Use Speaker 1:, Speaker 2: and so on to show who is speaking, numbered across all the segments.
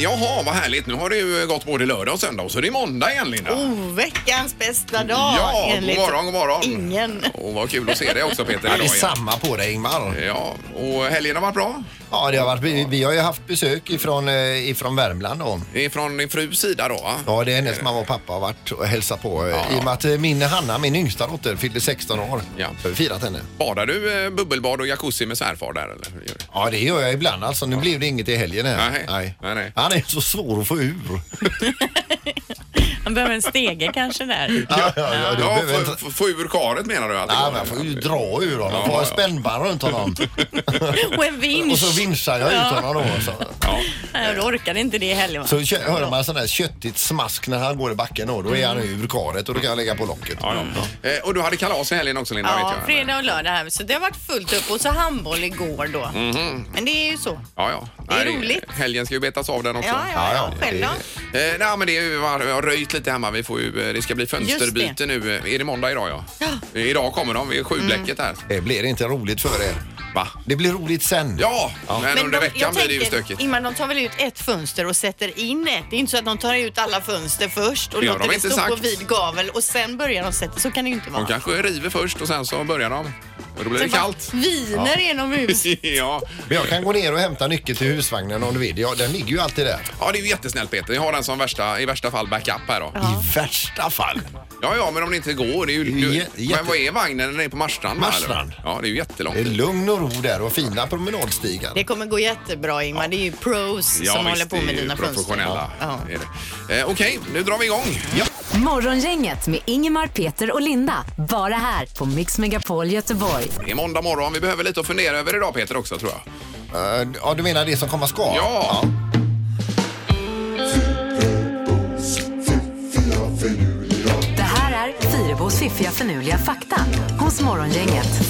Speaker 1: Eh, vad härligt. Nu har det ju gått både lördag och söndag och så är det måndag igen Linda.
Speaker 2: Oh, veckans bästa dag
Speaker 1: ja,
Speaker 2: enligt
Speaker 1: god morgon, god morgon.
Speaker 2: ingen.
Speaker 1: Och vad kul att se dig också Peter
Speaker 3: Ja, det är
Speaker 1: idag igen.
Speaker 3: samma på dig Ingmar.
Speaker 1: Ja, och helgen har varit bra.
Speaker 3: Ja, det har varit, vi, vi har ju haft besök ifrån, eh, ifrån Värmland då.
Speaker 1: Det är från din frus sida då va?
Speaker 3: Ja, det är hennes
Speaker 1: Eh.
Speaker 3: mamma och pappa har varit och hälsat på. eh, I och med att eh, min Hanna, min yngsta dotter, fyllde 16 år.
Speaker 1: Ja.
Speaker 3: Så vi firat henne.
Speaker 1: Badar du eh, bubbelbad och jacuzzi med svärfar där eller?
Speaker 3: Ja, det gör jag ibland alltså. Nu blev det inget i helgen här.
Speaker 1: Nej, nej, nej.
Speaker 3: Han är så svår att få ur.
Speaker 4: Han behöver en stege kanske där.
Speaker 3: Ja, ja, ja, du
Speaker 1: Ja,
Speaker 3: behöver
Speaker 1: få,
Speaker 3: inte...
Speaker 1: få, få ur karet menar du? Att det
Speaker 3: Nej,
Speaker 1: går?
Speaker 3: man får ju dra ur honom.
Speaker 1: Ja,
Speaker 3: Får ha
Speaker 1: ja.
Speaker 3: spännband runt honom.
Speaker 4: Och en vinsch.
Speaker 3: Och så vinschar jag ut honom då. Så,
Speaker 1: Ja.
Speaker 4: Nej, då orkar det inte det heller. va?
Speaker 3: så kö- hör man sån där köttigt smask när han går i backen då. Då är han ur karet och då kan jag lägga på locket.
Speaker 1: Ja, ja. Eh, Och du hade kalas i helgen också Linda?
Speaker 2: Ja,
Speaker 1: vet jag.
Speaker 2: fredag och lördag här. Så det har varit fullt upp och så handboll igår då.
Speaker 1: Mhm.
Speaker 2: Men det är ju så.
Speaker 1: Ja, ja.
Speaker 2: Det är
Speaker 1: Nej,
Speaker 2: roligt.
Speaker 1: Helgen ska ju betas av den också.
Speaker 2: Ja, ja, ja. Själv då?
Speaker 1: Eh, nej, men det är ju, var- jag har röjt lite hemma. Vi får ju, eh, det ska bli fönsterbyte nu. Eh, Är det måndag idag? Ja. Eh, Idag kommer de. Vi är
Speaker 2: Mm.
Speaker 1: sjublecket här.
Speaker 3: Det Eh, blir inte roligt för er.
Speaker 1: Va?
Speaker 3: Det blir roligt sen.
Speaker 1: Ja,
Speaker 3: Ja.
Speaker 1: men, under veckan blir det ju stökigt.
Speaker 2: Ingmar, de tar väl ut ett fönster och sätter in ett. Det är inte så att de tar ut alla fönster först och
Speaker 1: Det har
Speaker 2: låter
Speaker 1: de
Speaker 2: det
Speaker 1: inte
Speaker 2: stå på
Speaker 1: sagt.
Speaker 2: vid gavel och sen börjar de sätta. Så kan det ju inte vara.
Speaker 1: De kanske river först och sen så börjar de. Och då blir det
Speaker 2: Det bara
Speaker 1: kallt.
Speaker 2: Viner genomhus.
Speaker 1: ja.
Speaker 3: Men jag kan gå ner och hämta nyckeln till husvagnen om du vill. Ja, den ligger ju alltid där.
Speaker 1: ja, det är ju jättesnällt Peter. Jag har den som värsta, i värsta fall backup här då.
Speaker 3: I värsta fall.
Speaker 1: Ja, ja, men om det inte går. Det är ju,
Speaker 3: Det är jä- jätte-
Speaker 1: Men vad är vagnen? Den är på Marstrand va, eller?
Speaker 3: Marstrand.
Speaker 1: Ja, det är ju jättelångt.
Speaker 3: Det är lugn och ro där och fina promenadstigar.
Speaker 2: Det kommer gå jättebra Ingmar. Det är ju pros
Speaker 1: Ja,
Speaker 2: som
Speaker 1: visst,
Speaker 2: håller på
Speaker 1: det är
Speaker 2: med
Speaker 1: ju
Speaker 2: dina fönster.
Speaker 1: professionella.
Speaker 2: Ja.
Speaker 1: är det. Eh, Okej, nu drar vi igång.
Speaker 5: Morgongänget med Ingemar, Peter och Linda. Bara här på Mix Megapol Göteborg.
Speaker 1: Det är måndag morgon. Vi behöver lite att fundera över idag Peter också tror jag.
Speaker 3: Eh, Ja, du menar det som komma ska?
Speaker 1: Ja!
Speaker 5: Det här är Fyrabos fiffiga förnuliga fakta hos Morgongänget.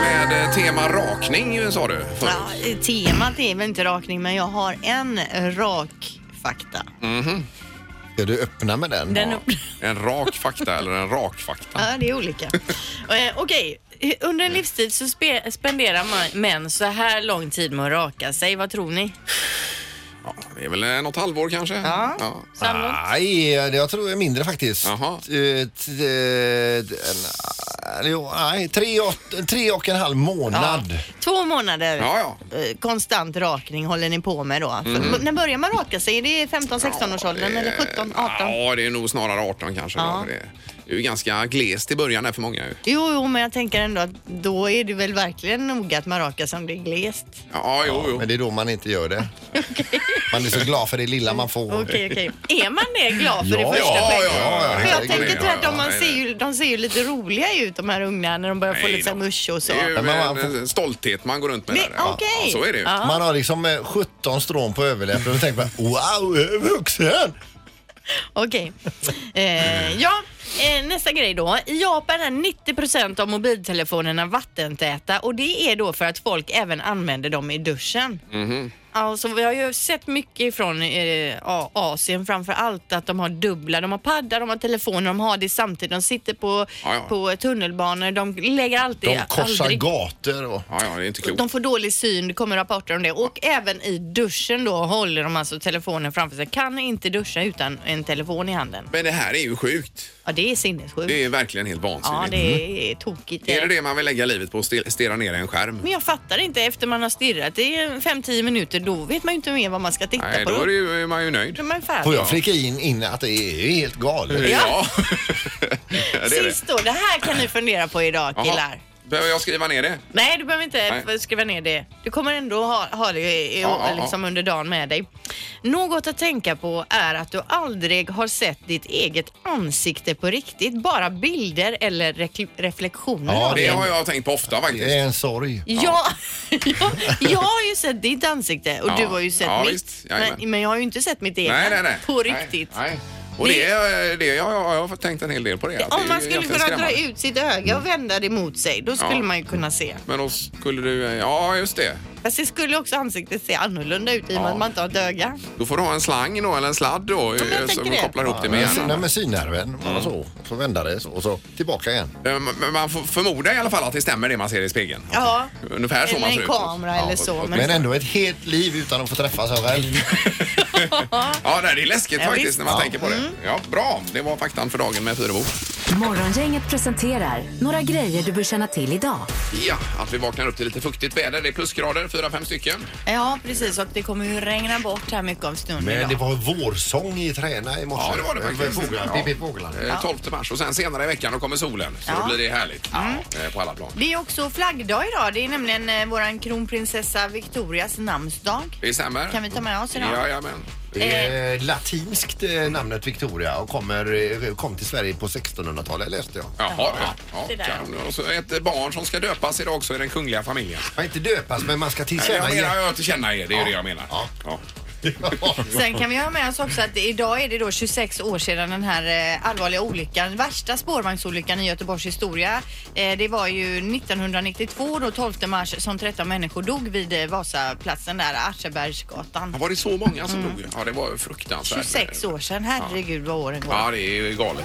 Speaker 1: Med eh, tema rakning ju, sa du förut.
Speaker 2: Ja, temat är väl inte rakning men jag har en rak fakta.
Speaker 1: Mm.
Speaker 3: Ska du öppna med den?
Speaker 4: Den upp...
Speaker 1: En rak fakta eller en rak fakta.
Speaker 2: Ja, det är olika. eh, Okej, under en livstid så spe- spenderar man män så här lång tid med att raka sig. Vad tror ni?
Speaker 1: Ja, det är väl eh, något halvår kanske? Ja.
Speaker 2: Sandra?
Speaker 3: Nej, det- jag tror det är mindre faktiskt.
Speaker 1: Jaha.
Speaker 3: Eh, t- eh, d- en- eh, jo, Nej, tre och, tre och en halv månad.
Speaker 2: Två månader
Speaker 1: Ja, Mm.
Speaker 2: eh, konstant rakning håller ni på med då. För, när börjar man raka sig? Är det 15-16 års åldern eller 17, 18?
Speaker 1: Ja, det är nog snarare 18 kanske.
Speaker 2: Ja.
Speaker 1: Då. Det är- det är ju ganska glest i början där för många. ju.
Speaker 2: Jo, jo, men jag tänker ändå att då är det väl verkligen noga att man rakar som det är glest.
Speaker 1: Ja, jo, jo.
Speaker 3: Men det är då man inte gör det. Man är så glad för det lilla man får.
Speaker 2: Okej, okej. Är man det glad för
Speaker 3: Ja,
Speaker 2: det första
Speaker 3: ja,
Speaker 2: skedet?
Speaker 3: ja,
Speaker 2: För jag
Speaker 1: herregud.
Speaker 2: tänker tvärtom, man
Speaker 1: Nej,
Speaker 2: ser ju, de ser ju lite roliga ut de här ungarna när de börjar få
Speaker 1: Nej
Speaker 2: lite så här
Speaker 1: då.
Speaker 2: musch och så.
Speaker 1: Det är ju
Speaker 3: Men man
Speaker 1: en eh, stolthet man går runt med.
Speaker 2: Det-
Speaker 1: där. Ja,
Speaker 2: okej.
Speaker 1: ja, så är det ju.
Speaker 2: Ja.
Speaker 3: Man har liksom eh, 17 strån på överläppen och tänker man wow, jag är vuxen!
Speaker 2: Okej. Eh, ja, eh, nästa grej då. I Japan är 90 av mobiltelefonerna vattentäta och det är då för att folk även använder dem i duschen. Alltså, vi har ju sett mycket från eh, A- Asien framför allt att de har dubbla, de har paddar, de har telefoner, de har det samtidigt. De sitter på,
Speaker 1: Ja, ja.
Speaker 2: på tunnelbanor, de lägger alltid...
Speaker 3: De korsar
Speaker 2: aldrig-
Speaker 3: gator och...
Speaker 1: Ja, ja, det är inte klokt.
Speaker 2: de får dålig syn, det kommer rapporter om det. Och även i duschen då håller de alltså telefonen framför sig. Kan inte duscha utan en telefon i handen.
Speaker 1: Men det här är ju sjukt.
Speaker 2: Ja, det är sinnessjukt.
Speaker 1: Det är verkligen helt vansinnigt.
Speaker 2: Ja, det är tokigt.
Speaker 1: Är det det man vill lägga livet på? Ste- Stirra ner i en skärm?
Speaker 2: Men jag fattar inte, efter man har stirrat i 5-10 minuter, då vet man ju inte mer vad man ska titta
Speaker 1: Nej,
Speaker 2: på.
Speaker 1: då är, det ju, är man ju nöjd.
Speaker 2: då är man färdig.
Speaker 3: Får jag flika in, in att det är helt galet?
Speaker 1: Ja, det är det.
Speaker 2: Sist då, det här kan ni fundera på idag
Speaker 1: Jaha.
Speaker 2: killar.
Speaker 1: Behöver jag skriva ner det?
Speaker 2: Nej, du behöver inte
Speaker 1: Nej.
Speaker 2: skriva ner det. Du kommer ändå ha, ha det i, i,
Speaker 1: Ja, ja,
Speaker 2: liksom under dagen med dig. Något att tänka på är att du aldrig har sett ditt eget ansikte på riktigt. Bara bilder eller rek- reflektioner
Speaker 3: Ja,
Speaker 2: av
Speaker 1: Det har jag tänkt på ofta faktiskt.
Speaker 3: Det är en sorg.
Speaker 2: Ja, jag, jag har ju sett ditt ansikte och
Speaker 1: Ja.
Speaker 2: du har ju sett
Speaker 1: Ja,
Speaker 2: mitt.
Speaker 1: visst. Jajamän.
Speaker 2: men, men jag har ju inte sett mitt egna
Speaker 1: Nej, nej, nej.
Speaker 2: på
Speaker 1: Nej,
Speaker 2: riktigt.
Speaker 1: Nej. Och det, är- det, jag, jag har tänkt en hel del på det. att det
Speaker 2: Om
Speaker 1: är
Speaker 2: man skulle
Speaker 1: egentligen
Speaker 2: kunna dra
Speaker 1: skrämmande.
Speaker 2: ut sitt öga och vända det mot sig, då skulle
Speaker 1: Ja.
Speaker 2: man ju kunna se.
Speaker 1: Men då skulle du... Ja, just det.
Speaker 2: Fast det skulle också ansiktet se annorlunda ut i och med att man inte har ett öga.
Speaker 1: Då får du ha en slang då, eller en sladd då,
Speaker 2: jag
Speaker 1: eh,
Speaker 2: tänker
Speaker 1: som
Speaker 2: det.
Speaker 1: kopplar ihop det med
Speaker 3: Med, syn-
Speaker 1: hjärnan.
Speaker 3: nej, med synnerven. Bara så. Så vända det så, och så tillbaka igen.
Speaker 1: Eh, men Man får förmoda i alla fall att det stämmer det man ser i spegeln.
Speaker 2: Ja.
Speaker 1: Ungefär så
Speaker 2: Eller
Speaker 1: man ser
Speaker 2: en
Speaker 1: ut.
Speaker 2: kamera eller så. Men,
Speaker 3: Men ändå ett helt liv utan att få träffas överallt.
Speaker 1: Ja, nej, det är läskigt
Speaker 2: Ja,
Speaker 1: faktiskt
Speaker 2: visst. Mm.
Speaker 1: när man tänker på det. Ja, bra, det var faktan för dagen med Fyrebo.
Speaker 5: Morgongänget presenterar några grejer du bör känna till idag.
Speaker 1: Ja, att vi vaknar upp till lite fuktigt väder. Det är plusgrader, fyra fem stycken.
Speaker 2: ja, precis. Och det kommer ju regna bort här mycket om stunden
Speaker 3: Men
Speaker 2: idag.
Speaker 3: det var vårsång i Träna i morse.
Speaker 1: Ja, det var det faktiskt.
Speaker 3: Fåglar,
Speaker 1: Ja.
Speaker 3: Pippi Fåglar.
Speaker 1: Eh, 12 mars och sen senare i veckan då kommer solen. Så
Speaker 2: Ja. Mm.
Speaker 1: då blir det härligt eh, på alla plan.
Speaker 2: Det är också flaggdag idag. Det är nämligen eh, våran kronprinsessa Victorias namnsdag.
Speaker 1: Det stämmer.
Speaker 2: Kan vi ta med oss idag?
Speaker 1: Ja, jajamän.
Speaker 3: Det är latinskt eh, namnet Victoria och kommer, eh, kom till Sverige på 1600-talet läste jag.
Speaker 1: Jaha, ja. ja,
Speaker 4: det där.
Speaker 1: kan. Och så ett barn som ska döpas idag också i den kungliga familjen.
Speaker 3: Man inte döpas men man ska
Speaker 1: Nej,
Speaker 3: tillkänna
Speaker 1: jag menar, jag tillkänna er. Det är ju det jag menar.
Speaker 3: Ja.
Speaker 1: Ja.
Speaker 2: Sen kan vi ha med oss också att idag är det då 26 år sedan den här eh, allvarliga olyckan, värsta spårvagnsolyckan i Göteborgs historia. Eh, Det var ju 1992 då 12 mars som 13 människor dog vid eh, Vasaplatsen där,
Speaker 1: Ja,
Speaker 2: Aschebergsgatan.
Speaker 1: Var det så många som dog? Ja, det var fruktansvärt.
Speaker 2: 26 Mm. år sedan, herregud vad åren går.
Speaker 1: Ja, det är ju galet.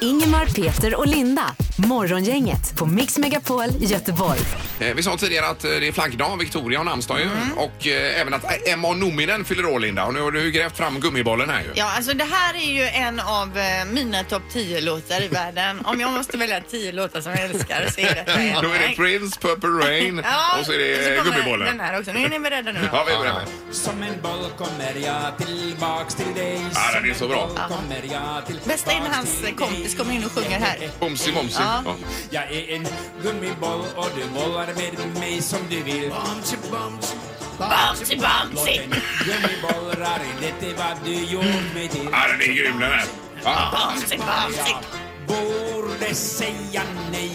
Speaker 5: Ingemar, Peter och Linda. Morgongänget på Mix Megapol Göteborg.
Speaker 1: Eh, Vi sa tidigare att eh, det är flaggdag, Victoria har namnsdag ju.
Speaker 2: Mm.
Speaker 1: Och eh, även att eh, Emma Nominen fyller år, Linda. Och nu har du grävt fram gummibollen här ju.
Speaker 2: Ja, alltså det här är ju en av eh, mina topp 10-låtar i världen. Om jag måste välja 10 låtar som jag älskar så är detta en.
Speaker 1: Då är det Prince, Purple Rain
Speaker 2: Ja,
Speaker 1: och så är det
Speaker 2: kommer
Speaker 1: gummibollen.
Speaker 2: Den här också. Nu är ni beredda nu
Speaker 1: Ja,
Speaker 2: då?
Speaker 1: vi är beredda.
Speaker 6: Som en boll kommer jag tillbaks till dig
Speaker 1: Ja, Ah, den är så bra.
Speaker 6: Som en boll kommer jag tillbaks
Speaker 2: Bästa är när hans eh,
Speaker 6: till dig.
Speaker 2: kompis kommer in och sjunger här.
Speaker 1: Bomsi, bomsi.
Speaker 2: Ja.
Speaker 1: Ja.
Speaker 6: Jag är en gummiboll och du bollar med mig som du vill Bamsi, bamsi,
Speaker 2: Bamsi,
Speaker 6: Låt
Speaker 2: Bamsi!
Speaker 6: en gummiboll röra dig, det är vad du gjort mig till
Speaker 1: Ja, den är grym den här. Ja.
Speaker 2: Bamsi, Bamsi!
Speaker 6: Jag borde säga nej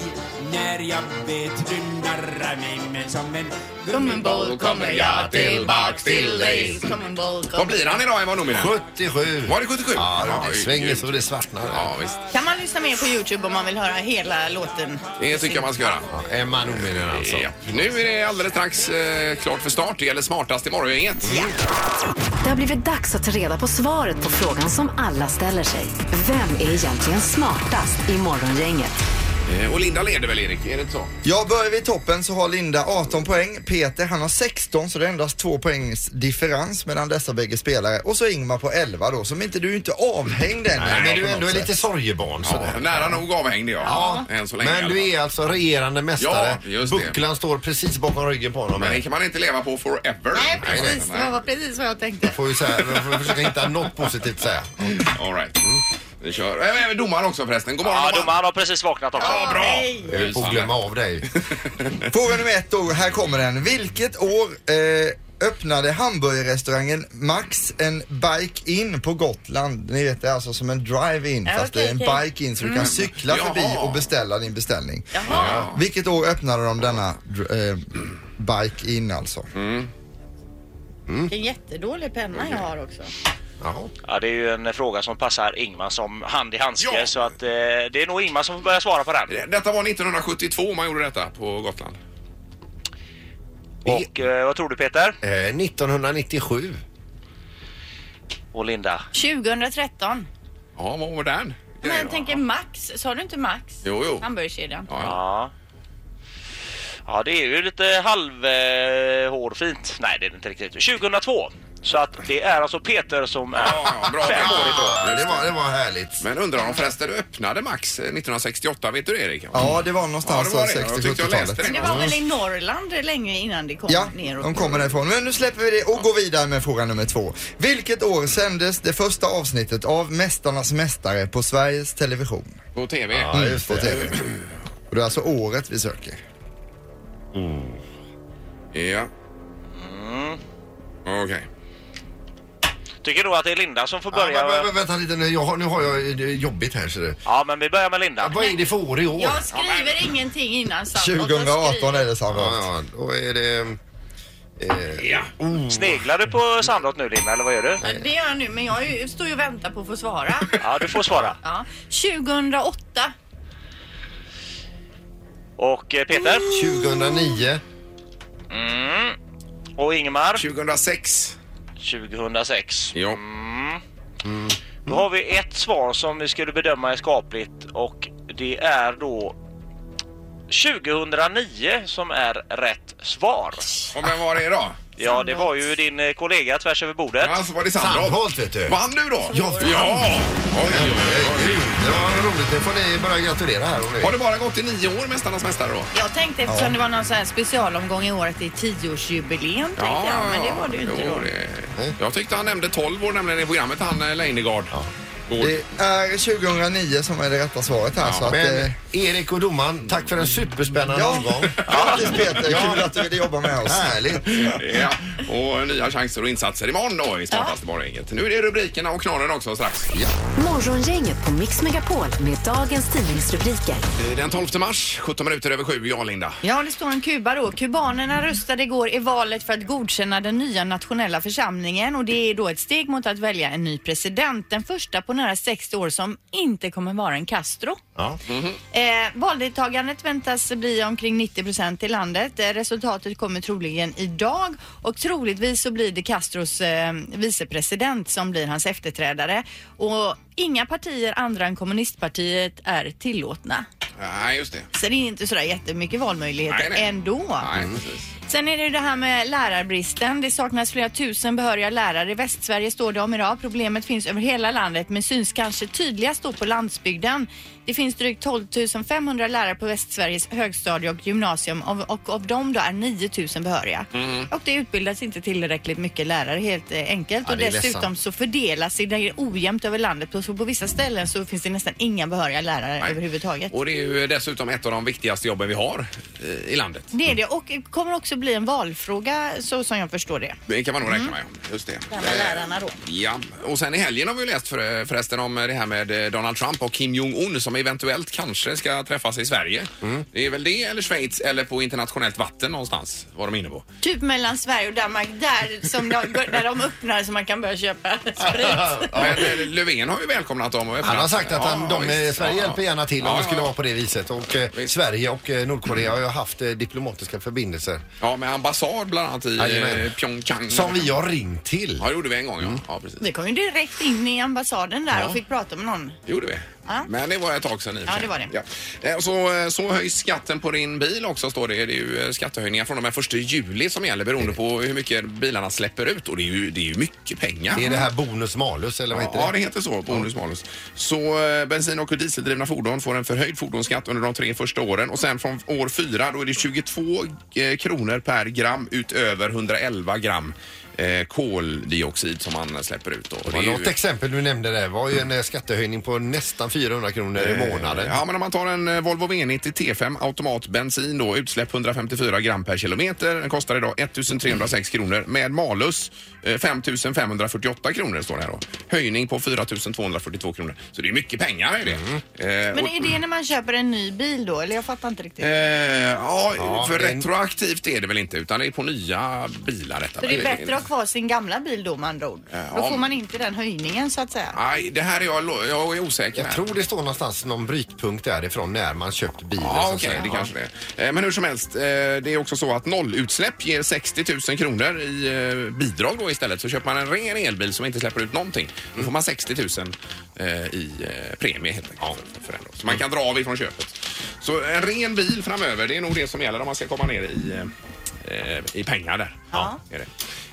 Speaker 6: när jag vet du narrar mig Men som en gummiboll
Speaker 1: kommer jag tillbaks till dig.
Speaker 2: Som en boll
Speaker 1: Vad
Speaker 2: kommer...
Speaker 1: blir han idag, Emma Nominen?
Speaker 3: 77.
Speaker 1: Var det 77?
Speaker 3: Ja,
Speaker 1: Ja,
Speaker 3: det svänger
Speaker 1: ju-
Speaker 3: så det svartnar.
Speaker 1: Ja, visst.
Speaker 2: Kan man lyssna mer på Youtube om man vill höra hela låten?
Speaker 1: Det tycker jag man ska göra.
Speaker 3: Ja, Emma Nominen alltså.
Speaker 1: Ja. Nu är det alldeles strax eh, klart för start. Det gäller smartast i morgongänget.
Speaker 5: Det har blivit dags att ta reda på svaret på frågan som alla ställer sig. Vem är egentligen smartast i morgongänget?
Speaker 1: Eh, Och Linda leder väl, Erik? Är det inte så?
Speaker 7: Ja, börjar vi i toppen så har Linda 18 poäng, Peter han har 16 så det är endast två poängs differens mellan dessa bägge spelare och så Ingmar på 11 då som inte, du är ju inte avhängd än.
Speaker 3: Men du
Speaker 7: på
Speaker 3: är ändå
Speaker 7: något sätt.
Speaker 3: lite sorgebarn sådär.
Speaker 1: Nära nog avhängd är jag. Ja. Än så länge. i
Speaker 3: Men
Speaker 1: alla
Speaker 3: du
Speaker 1: fall.
Speaker 3: är alltså regerande mästare.
Speaker 1: Ja, just det.
Speaker 3: Bucklan står precis bakom ryggen på honom.
Speaker 1: Men det
Speaker 3: här.
Speaker 1: kan man inte leva på forever.
Speaker 2: Nej, precis.
Speaker 1: nej,
Speaker 2: Det
Speaker 1: nej.
Speaker 2: var precis vad jag tänkte.
Speaker 3: Får ju säga, vi får försöka hitta något positivt att säga.
Speaker 1: All right. Vi kör. Eh, men Domaren också förresten. God morgon,
Speaker 8: Ja, domaren har precis vaknat också.
Speaker 1: Ja, bra!
Speaker 2: Hej.
Speaker 3: Jag får glömma av dig.
Speaker 7: Fråga nummer ett då, här kommer den. Vilket år eh, öppnade hamburgerrestaurangen Max en bike-in på Gotland? Ni vet det är alltså som en drive-in
Speaker 4: Ja,
Speaker 7: fast det är en
Speaker 4: okej, okej. Mm.
Speaker 7: bike-in så du kan cykla
Speaker 1: Jaha.
Speaker 7: förbi och beställa din beställning. Vilket år öppnade de denna dr- eh, bike-in alltså?
Speaker 2: Vilken jättedålig penna jag har också.
Speaker 3: Jaha.
Speaker 8: Ja, det är ju en fråga som passar Ingmar som hand i handske
Speaker 1: Ja.
Speaker 8: så att eh, det är nog Ingmar som får börja svara på den.
Speaker 1: Detta var 1972 man gjorde detta på Gotland.
Speaker 8: Och eh, vad tror du Peter?
Speaker 3: Eh, 1997.
Speaker 8: Och Linda?
Speaker 2: 2013.
Speaker 1: Ja, vad var den?
Speaker 4: Men jag tänker Max, sa du inte Max?
Speaker 1: Jo, jo.
Speaker 4: Hamburgerkedjan.
Speaker 1: Ja.
Speaker 8: Ja. Ja, det är ju lite halvhårfint. Eh, hårfint. Nej, det är det inte riktigt. 2002. Så att det är alltså Peter som är
Speaker 1: Ja, ja, bra.
Speaker 8: fem år ifrån.
Speaker 3: Ja, det, var, det var härligt.
Speaker 1: Men undrar om förresten öppnade Max eh, 1968, vet du det Erik?
Speaker 7: Ja, det var någonstans
Speaker 1: det var det.
Speaker 7: så
Speaker 1: Jag tyckte jag läste
Speaker 7: 60-70-talet.
Speaker 1: det.
Speaker 2: Men det var väl i Norrland länge innan det kom
Speaker 7: Ja,
Speaker 2: neråt?
Speaker 7: de kommer därifrån. Men nu släpper vi det och går vidare med fråga nummer två. Vilket år sändes det första avsnittet av Mästarnas Mästare på Sveriges Television?
Speaker 1: På TV.
Speaker 3: Ja, just
Speaker 7: På
Speaker 3: det.
Speaker 7: TV. Och det är alltså året vi söker.
Speaker 1: Ja. Okej.
Speaker 8: Tycker nog att det är Linda som får
Speaker 3: Ja,
Speaker 8: börja.
Speaker 3: men, men, men, vänta lite nu, jag har, nu har jag det är jobbigt här ser du.
Speaker 8: Ja, men vi börjar med Linda.
Speaker 3: Vad är det för år i år? Ja,
Speaker 2: Jag skriver ingenting innan Sandholt.
Speaker 7: 2018 är det samma.
Speaker 3: ja, då är det...
Speaker 1: Ja.
Speaker 8: Sneglar du på Sandholt nu Linda, eller vad gör du?
Speaker 2: Det gör jag nu, men jag är ju- står ju och väntar på att få svara.
Speaker 8: Ja, du får svara.
Speaker 2: Ja. 2008.
Speaker 8: Och eh, Peter?
Speaker 3: 2009.
Speaker 8: Och Ingemar?
Speaker 1: 2006.
Speaker 8: 2006.
Speaker 1: Ja.
Speaker 8: Då har vi ett svar som vi skulle bedöma är skapligt och det är då 2009 som är rätt svar.
Speaker 1: Och vem var det då?
Speaker 8: Ja, det var ju din eh, kollega tvärs över bordet.
Speaker 1: Alltså var det Sandholt?
Speaker 3: Sandholt vet du.
Speaker 1: Vann du då? Ja! ja. Oj, oj, oj,
Speaker 3: Det var roligt. Det får ni bara gratulera här och nu.
Speaker 1: oj. Har det bara gått i nio år Mästarnas Mästare då?
Speaker 2: Jag tänkte eftersom det var någon så här specialomgång i år att det är tioårsjubileum tänkte jag, men det var det ju inte
Speaker 1: jo,
Speaker 2: då.
Speaker 1: det- Jag tyckte han nämnde 12 år nämligen i programmet, han eh, Leijnegard. Går-
Speaker 7: Det är 2009 som är det rätta svaret här. så att, eh,
Speaker 3: Men Erik och domaren, tack för en superspännande
Speaker 7: Ja.
Speaker 3: omgång.
Speaker 7: Grattis Peter, kul att du ville jobba med oss.
Speaker 3: Härligt.
Speaker 1: Ja, och nya chanser och insatser imorgon då i Smartaste morgongänget. Nu är det rubrikerna och knorren också strax.
Speaker 5: Morgongänget på Mix Megapol med dagens tidningsrubriker.
Speaker 1: Eh, Den 12 mars, 17 minuter över sju, ja Linda.
Speaker 2: Ja, det står om Kuba då. Kubanerna röstade igår i valet för att godkänna den nya nationella församlingen och det är då ett steg mot att välja en ny president. Den första på nära 60 år som inte kommer vara en Castro.
Speaker 3: Ja.
Speaker 2: Eh, valdeltagandet väntas bli omkring 90 procent i landet. Eh, resultatet kommer troligen idag och troligtvis så blir det Castros eh, vicepresident som blir hans efterträdare. Och inga partier andra än kommunistpartiet är tillåtna.
Speaker 1: Nej, just det.
Speaker 2: Så det är inte sådär jättemycket valmöjligheter
Speaker 1: Nej, nej.
Speaker 2: ändå.
Speaker 1: Nej, precis.
Speaker 2: Sen är det ju det här med lärarbristen. Det saknas flera tusen behöriga lärare. I Västsverige står det om idag. Problemet finns över hela landet men syns kanske tydligast då på landsbygden. Det finns drygt 12 500 lärare på Västsveriges högstadie och gymnasium av- och av dem då är 9 000 behöriga. Och det utbildas inte tillräckligt mycket lärare helt eh, enkelt.
Speaker 3: Ja,
Speaker 2: och
Speaker 3: det är
Speaker 2: dessutom
Speaker 3: ledsamt.
Speaker 2: så fördelas det ojämnt över landet. Så på vissa ställen så finns det nästan inga behöriga lärare
Speaker 1: Nej.
Speaker 2: överhuvudtaget.
Speaker 1: Och det är ju dessutom ett av de viktigaste jobben vi har eh, i landet.
Speaker 2: Det är det och det kommer också bli en valfråga så som jag förstår det.
Speaker 1: Det kan man nog
Speaker 2: Mm.
Speaker 1: räkna med. Just det.
Speaker 2: Det här med lärarna då.
Speaker 1: Ja, och sen i helgen har vi ju läst för, förresten om det här med eh, Donald Trump och Kim Jong-Un som eventuellt kanske ska träffas i Sverige.
Speaker 3: Mm.
Speaker 1: Det är väl det eller Schweiz eller på internationellt vatten någonstans var de inne på.
Speaker 2: Typ mellan Sverige och Danmark, där som de, där de öppnar så man kan börja köpa sprit.
Speaker 1: Men eh, Löfven har ju välkomnat dem och öppnat.
Speaker 3: Han har sagt att han,
Speaker 1: Ja,
Speaker 3: de,
Speaker 1: visst.
Speaker 3: Sverige
Speaker 1: Ja.
Speaker 3: hjälper gärna till om
Speaker 1: Ja,
Speaker 3: det skulle
Speaker 1: ja.
Speaker 3: vara på det viset. Och eh,
Speaker 1: Visst.
Speaker 3: Sverige och eh, Nordkorea har ju haft eh, diplomatiska förbindelser.
Speaker 1: Ja, med ambassad bland annat i
Speaker 3: Jajamän.
Speaker 1: eh, Pyeongchang.
Speaker 3: Som vi Mm. har ringt till.
Speaker 1: Ja, det gjorde vi en gång. Ja, ja precis.
Speaker 2: Vi kom ju direkt in i ambassaden där och fick prata med någon.
Speaker 1: Det gjorde vi.
Speaker 2: Ja.
Speaker 1: Men det var ett tag sedan i och för
Speaker 2: Ja,
Speaker 1: sig.
Speaker 2: det var det.
Speaker 1: Ja. Eh, och Så, eh, så höjs skatten på din bil också står det. Det är ju eh, skattehöjningar från och med 1 juli som gäller beroende på hur mycket bilarna släpper ut och det är ju, det är ju mycket pengar.
Speaker 3: Det är det här bonus malus eller vad heter
Speaker 1: Ja,
Speaker 3: det?
Speaker 1: det heter så. Bonus malus. Så eh, bensin och dieseldrivna fordon får en förhöjd fordonsskatt under de tre första åren och sen från år fyra då är det 22 eh, kronor per gram utöver 111 gram eh, koldioxid som man släpper ut. Då. Och det
Speaker 3: Och
Speaker 1: är ju-
Speaker 3: något exempel du nämnde där var ju en eh, skattehöjning på nästan 400 kronor i månaden.
Speaker 1: Eh, Ja, men om man tar en eh, Volvo V90 T5 automatbensin då, utsläpp 154 gram per kilometer. Den kostar idag 1306 kronor med malus eh, 5548 kronor står det här då. Höjning på 4242 kronor. Så det är mycket pengar är det.
Speaker 3: Mm.
Speaker 1: Eh,
Speaker 2: Men
Speaker 1: och-
Speaker 2: är det när man köper en ny bil då? Eller jag fattar inte riktigt.
Speaker 1: Eh, ja, för
Speaker 3: det är en-
Speaker 1: retroaktivt är det väl inte utan det är på nya bilar detta.
Speaker 2: Så det är bättre att ha kvar sin gamla bil då med andra ord. Då får man inte den höjningen så att säga.
Speaker 1: Nej, det här är jag, lo- jag är osäker
Speaker 3: Jag
Speaker 1: här.
Speaker 3: tror det står någonstans någon brytpunkt därifrån när man köpt bilen.
Speaker 1: Ja,
Speaker 3: så att
Speaker 1: okej,
Speaker 3: säga.
Speaker 1: det kanske det är. Eh, Men hur som helst, eh, det är också så att nollutsläpp ger 60 000 kronor i eh, bidrag då istället. Så köper man en ren elbil som inte släpper ut någonting, då får man 60 000 eh, i eh, premie helt enkelt. för- För den då. Så man kan dra av ifrån köpet. Så en ren bil framöver, det är nog det som gäller om man ska komma ner i, eh, eh, i pengar där. Ja. Är det.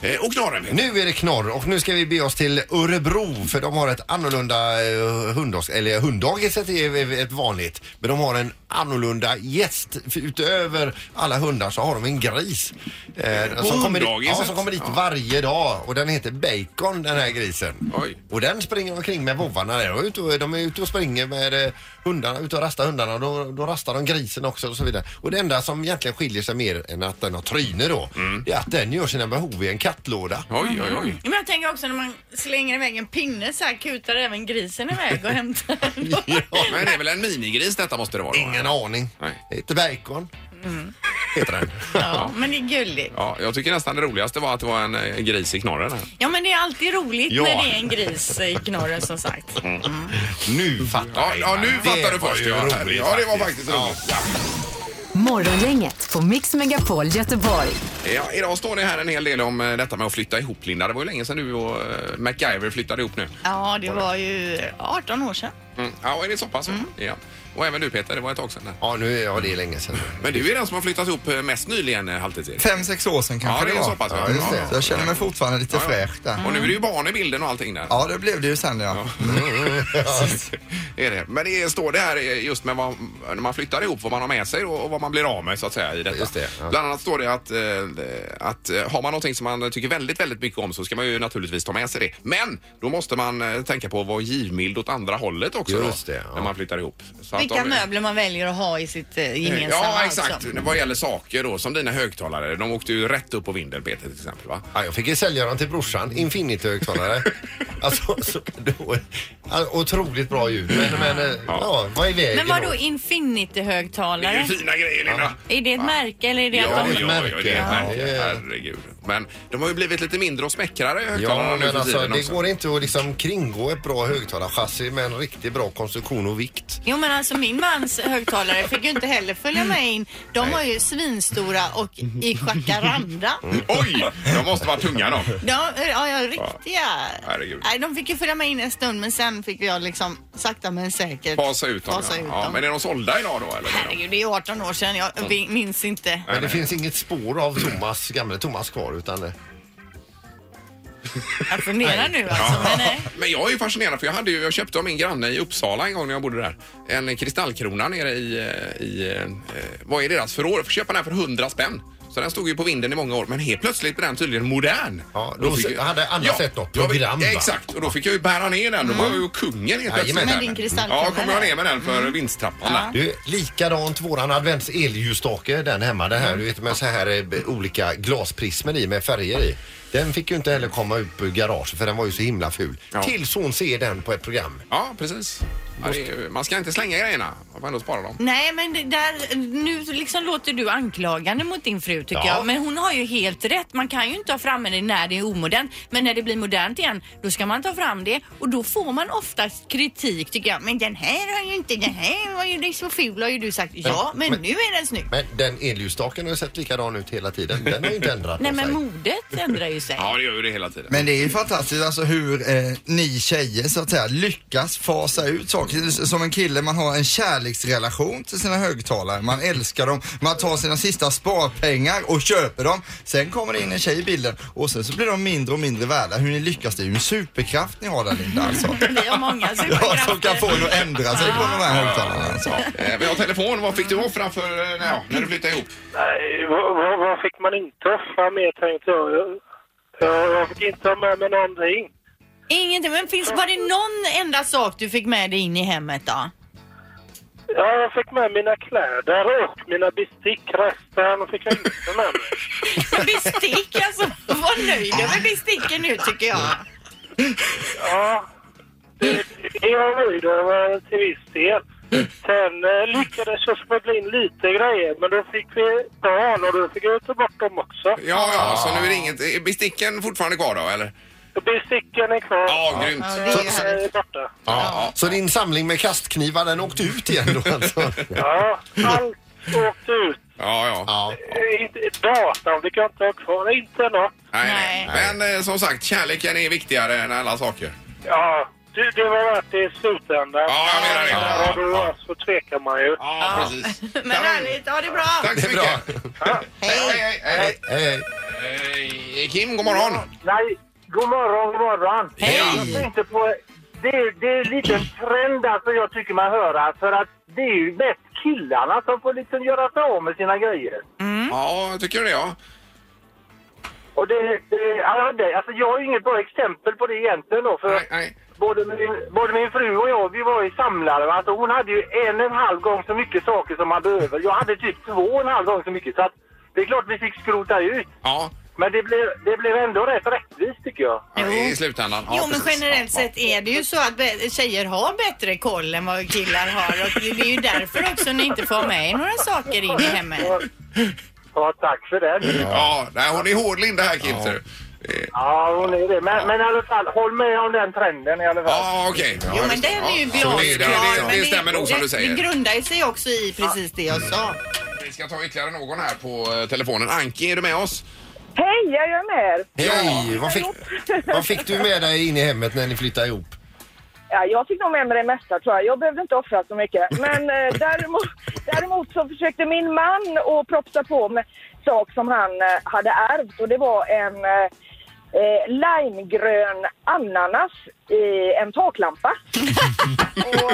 Speaker 1: Eh, Och knorren, Peter.
Speaker 3: Nu är det knorr och nu ska vi be oss till Örebro för de har ett annorlunda eh, hunddags, eller hunddagiset är ett vanligt, men de har en annorlunda gäst. För Utöver alla hundar så har de en gris. eh, som kommer, dit,
Speaker 1: hunddagiset?
Speaker 3: ja, som kommer dit
Speaker 1: Ja.
Speaker 3: varje dag och den heter Bacon den här grisen.
Speaker 1: Oj.
Speaker 3: Och den springer omkring med vovvarna där. Och ut och, de är ute och springer med eh, hundarna, ute och rastar hundarna och då, då rastar de grisen också och så vidare. Och det enda som egentligen skiljer sig mer än att den har tryne då,
Speaker 1: Mm.
Speaker 3: det är att den gör sina behov i en kattlåda.
Speaker 1: Oj, oj, oj.
Speaker 2: Men jag tänker också när man slänger iväg en pinne så här kutar även grisen iväg och hämtar den.
Speaker 1: Men det är väl en minigris detta måste det vara? då?
Speaker 3: Ingen aning.
Speaker 1: Nej.
Speaker 3: Det heter Bacon. Heter den.
Speaker 2: Ja, men det är gulligt.
Speaker 1: Ja, jag tycker nästan det roligaste var att det var en eh, gris i knorren. här.
Speaker 2: Ja men det är alltid roligt
Speaker 1: Ja.
Speaker 2: när det är en gris i knorren som sagt.
Speaker 3: Nu fattar
Speaker 1: Ja, ja nu
Speaker 3: Det
Speaker 1: fattar du
Speaker 3: var
Speaker 1: först.
Speaker 3: ju
Speaker 1: Ja,
Speaker 3: roligt
Speaker 1: ja, det var faktiskt roligt. Ja.
Speaker 5: Morgongänget på Mix Megapol Göteborg.
Speaker 1: Ja, idag står det här en hel del om eh, detta med att flytta ihop, Linda. Det var ju länge sedan du och eh, MacGyver flyttade ihop nu.
Speaker 2: Ja, det var ju 18 år sedan.
Speaker 1: Mm. Ja, är det så pass? Ja. Och även du Peter, det var ett tag sedan. där.
Speaker 3: Ja, nu är jag det är länge sedan.
Speaker 1: Men du är den som har flyttat ihop eh, mest nyligen, eh, halvtids-Erik.
Speaker 7: Fem, sex år sedan kanske
Speaker 1: Ja, det är så pass, ja.
Speaker 7: Ja, just det.
Speaker 1: Ja.
Speaker 7: Så jag känner mig fortfarande lite fräsch där.
Speaker 1: Och nu är det ju barn i bilden och allting där.
Speaker 7: Ja, det blev det ju sen ja.
Speaker 1: Det är det. Men det står det här eh, just med vad, när man flyttar ihop, vad man har med sig och och vad man blir av med så att säga i detta.
Speaker 3: Just det, ja.
Speaker 1: Bland annat står det att, eh, att eh, har man någonting som man tycker väldigt, väldigt mycket om så ska man ju naturligtvis ta med sig det. Men då måste man eh, tänka på att vara givmild åt andra hållet också
Speaker 3: Just
Speaker 1: då,
Speaker 3: det, ja.
Speaker 1: när man flyttar ihop. Så att
Speaker 2: Vilka
Speaker 1: om-
Speaker 2: möbler man väljer att ha i sitt eh, gemensamma
Speaker 1: Ja,
Speaker 2: Alltså.
Speaker 1: exakt. Vad gäller saker då, som dina högtalare. De åkte ju rätt upp på vinden, Peter, till exempel. Va?
Speaker 3: Ja, jag fick ju sälja den till brorsan, Infinity-högtalare. alltså, så, då, alltså, otroligt bra ljud. Men, men eh, ja. vad är vägen
Speaker 2: Men vadå
Speaker 3: då?
Speaker 1: Det är ju
Speaker 2: Infinity-högtálare?
Speaker 1: fina grejer, Linda.
Speaker 2: Är det ett märke eller är det
Speaker 1: Ja,
Speaker 2: att
Speaker 3: det är
Speaker 2: de...
Speaker 3: ett
Speaker 1: ja, ja, det är ett
Speaker 3: märke.
Speaker 1: märke.
Speaker 3: Ja.
Speaker 1: Herregud. Men de har ju blivit lite mindre och smäckrare högtalarna
Speaker 3: Ja,
Speaker 1: nu
Speaker 3: men
Speaker 1: för
Speaker 3: alltså
Speaker 1: tiden
Speaker 3: det
Speaker 1: också.
Speaker 3: går inte att liksom kringgå ett bra högtalarchassi med en riktigt bra konstruktion och vikt.
Speaker 2: Jo men alltså min mans högtalare fick ju inte heller följa
Speaker 1: Mm.
Speaker 2: med in. De var ju svinstora och i jacaranda.
Speaker 1: Mm. Oj! De måste vara tunga de.
Speaker 2: De, ja, ja, riktiga.
Speaker 1: herregud.
Speaker 2: Nej, de fick ju följa med in en stund men sen fick jag liksom sakta men säkert
Speaker 1: Fasa ut dem.
Speaker 2: fasa
Speaker 1: ja.
Speaker 2: ut
Speaker 1: Ja,
Speaker 2: dem.
Speaker 1: men är de sålda idag då eller?
Speaker 2: Herregud, det är 18 år sedan. Jag vi- minns inte.
Speaker 3: Men det finns inget spår av Thomas, gamle Thomas kvar utan eh,
Speaker 2: Jag funderar nu alltså. Men, nej.
Speaker 1: Men jag är ju fascinerad för jag, hade ju, jag köpte av min granne i Uppsala en gång när jag bodde där en kristallkrona nere i, eh, i eh, vad är deras förråd? Jag fick köpa den här för 100 spänn. Så den stod ju på vinden i många år men helt plötsligt blev den tydligen modern.
Speaker 3: Ja, då
Speaker 1: fick jag-
Speaker 3: hade Anna sett något
Speaker 1: jag-
Speaker 3: program, va? Mm.
Speaker 1: Exakt och då fick jag ju bära ner den. Då var jag ju kungen helt plötsligt.
Speaker 3: Jajamän.
Speaker 1: här.
Speaker 2: Med din kristallkrona, Mm.
Speaker 1: Ja, kom jag
Speaker 2: eller?
Speaker 1: ner med den för vindstrappan där.
Speaker 3: Du, likadant våran advents elljusstake, den hemma, den här du vet med så här eh, b- olika glasprismer i med färger i. Den fick ju inte heller komma upp ur garaget för den var ju så himla ful.
Speaker 1: Ja.
Speaker 3: Tills hon ser den på ett program.
Speaker 1: Ja, precis. Ja, det är, ju- man ska inte slänga grejerna. Man får ändå spara dem.
Speaker 2: nej men det där, nu liksom låter du anklagande mot din fru tycker
Speaker 3: Ja.
Speaker 2: jag. Men hon har ju helt rätt. Man kan ju inte ha fram det när det är omodernt. Men när det blir modernt igen då ska man ta fram det och då får man oftast kritik tycker jag. Men den här har ju inte, den här var ju det är så ful har ju du sagt. Ja men,
Speaker 3: men-
Speaker 2: nu är den snygg.
Speaker 3: Men den elljusstaken har ju sett likadan ut hela tiden. Den har ju inte ändrat
Speaker 2: nej
Speaker 3: på
Speaker 2: men
Speaker 3: sig.
Speaker 2: modet ändrar ju sig.
Speaker 1: Ja, det gör ju det hela tiden.
Speaker 7: Men det är ju fantastiskt alltså hur eh, ni tjejer så att säga lyckas fasa ut saker. Som en kille, man har en kärleksrelation till sina högtalare. Man älskar dem, man tar sina sista sparpengar och köper dem. Sen kommer det in en tjej i bilden och sen så blir de mindre och mindre värda. Hur ni lyckas, det är ju en superkraft ni har där Linda alltså.
Speaker 2: Vi har många
Speaker 7: Ja, som kan få
Speaker 2: superkrafter.
Speaker 7: en att ändra sig på de här högtalarna alltså.
Speaker 1: Eh, vi har telefon. Vad fick du offra för eh, ja, när du flyttade ihop?
Speaker 9: Nej, vad, vad, vad fick man inte offra mer tänkte jag. Jag, jag, jag fick inte ha med mig någonting.
Speaker 2: Ingenting. Men finns, var det någon enda sak du fick med dig in i hemmet då?
Speaker 9: Ja, jag fick med mina kläder och mina bestick. Resten fick jag inte med mig.
Speaker 2: Bestick alltså. Var nöjd över besticken nu tycker jag.
Speaker 9: Ja, det, det är jag nöjd över till viss del. Sen eh, lyckades jag smuggla in lite grejer, men då fick vi barn och då fick jag ta bort dem också.
Speaker 1: Ja, ja, så nu är det inget. Är besticken fortfarande kvar då, eller?
Speaker 9: Besticken är kvar.
Speaker 1: Ja, grymt.
Speaker 2: Ja, det
Speaker 1: Ja,
Speaker 2: är ju
Speaker 9: Eh,
Speaker 2: härligt.
Speaker 9: är borta.
Speaker 1: ja.
Speaker 3: Så din samling med kastknivar den åkte ut igen då alltså?
Speaker 9: Ja, allt åkte ut.
Speaker 1: ja, ja.
Speaker 3: Ja.
Speaker 9: Eh, inte- Datan fick jag inte ha kvar, inte något.
Speaker 1: Nej, nej.
Speaker 2: Nej.
Speaker 1: Men eh, som sagt, kärleken är viktigare än alla saker.
Speaker 9: Ja, det, det var värt det i slutändan.
Speaker 1: Ja, jag menar det.
Speaker 9: Ja, då Så tvekar man ju.
Speaker 1: Ja, precis.
Speaker 2: Men härligt, ha det bra.
Speaker 1: Tack så
Speaker 3: Det är bra.
Speaker 1: mycket. Hej, hej, hej.
Speaker 3: Hej, hej.
Speaker 1: Eh, Kim, god morgon.
Speaker 9: Nej, god morgon, god morgon.
Speaker 1: Hej.
Speaker 9: Jag tänkte på... Det, det är lite en trend alltså jag tycker man hör att för att det är ju mest killarna som får liksom göra sig av med sina grejer.
Speaker 2: Mm.
Speaker 1: Ja, tycker du det? Ja.
Speaker 9: Och det, det, ja, det, alltså jag har ju inget bra exempel på det egentligen då för
Speaker 1: Nej, nej.
Speaker 9: Både min, både min fru och jag, vi var ju samlare. va. Alltså hon hade ju en och en halv gång så mycket saker som man behöver. Jag hade typ två och en halv gång så mycket. Så att det är klart vi fick skrota ut.
Speaker 1: Ja,
Speaker 9: Men det blev, det blev ändå rätt rättvist tycker jag.
Speaker 1: i slutändan. Ja,
Speaker 2: Jo men
Speaker 1: precis.
Speaker 2: generellt sett är det ju så att be- tjejer har bättre koll än vad killar har och det är ju därför också ni inte får med er några saker in i hemmet.
Speaker 9: Ja, tack för det.
Speaker 1: Ja, nej, hon är hård Linda här Kim, ser du. Eh,
Speaker 9: Ja, hon är det. Men, men i alla fall, håll med om den trenden i alla fall.
Speaker 1: Ja, okej.
Speaker 2: Jo men den är ju
Speaker 1: Ja, så det- det-
Speaker 2: glasklar.
Speaker 1: det-
Speaker 2: men
Speaker 1: Det stämmer nog som
Speaker 2: det-
Speaker 1: du
Speaker 2: Det
Speaker 1: säger.
Speaker 2: grundar sig också i precis det jag sa.
Speaker 1: ska ta ytterligare någon här på eh, telefonen. Anki, är du med oss?
Speaker 10: Hej, jag är med er.
Speaker 3: Hej! Vad fick, vad fick du med dig in i hemmet när ni flyttade ihop?
Speaker 10: Ja, jag fick nog med mig det mesta tror jag. Jag behövde inte offra så mycket. Men eh, däremot, däremot så försökte min man att propsa på med sak som han eh, hade ärvt och det var en eh, eh, limegrön ananas i en taklampa. och,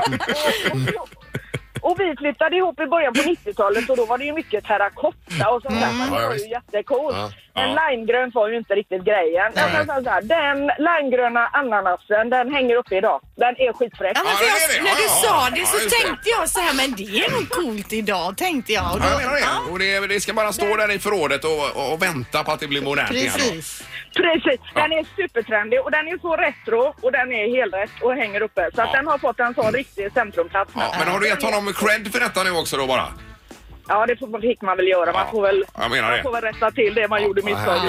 Speaker 10: och, och vi flyttade ihop i början på 90-talet och då var det ju mycket terrakotta och sånt där.
Speaker 1: Mm.
Speaker 10: Men det var ju jättecoolt.
Speaker 1: Ja,
Speaker 10: Men
Speaker 1: ja.
Speaker 10: limegrönt var ju inte riktigt grejen.
Speaker 1: Nej.
Speaker 10: Men sen så här, den limegröna ananasen, den hänger uppe idag. Den är skitfräck.
Speaker 2: Ja, men
Speaker 1: Ja,
Speaker 2: för Alltså,
Speaker 1: det
Speaker 2: jag,
Speaker 1: är det.
Speaker 2: När
Speaker 1: Ja,
Speaker 2: du
Speaker 1: ja,
Speaker 2: sa
Speaker 1: ja.
Speaker 2: det så
Speaker 1: Ja, just det.
Speaker 2: tänkte jag så här, men det är nog coolt idag, tänkte jag. Och då,
Speaker 1: Ja, jag menar det. Och det, det ska bara stå där i förrådet och, och, och vänta på att det blir modernt igen.
Speaker 2: precis.
Speaker 10: Precis, den är supertrendig och den är så retro och den är helrätt och hänger uppe. Så att
Speaker 1: Ja.
Speaker 10: den har fått en sån riktig centrumplats.
Speaker 1: Ja, men har du gett honom cred för detta nu också då bara?
Speaker 10: Ja, det får- fick man väl göra. Man
Speaker 1: Ja,
Speaker 10: får väl,
Speaker 1: jag menar det.
Speaker 10: man får väl rätta till det man gjorde misstaget.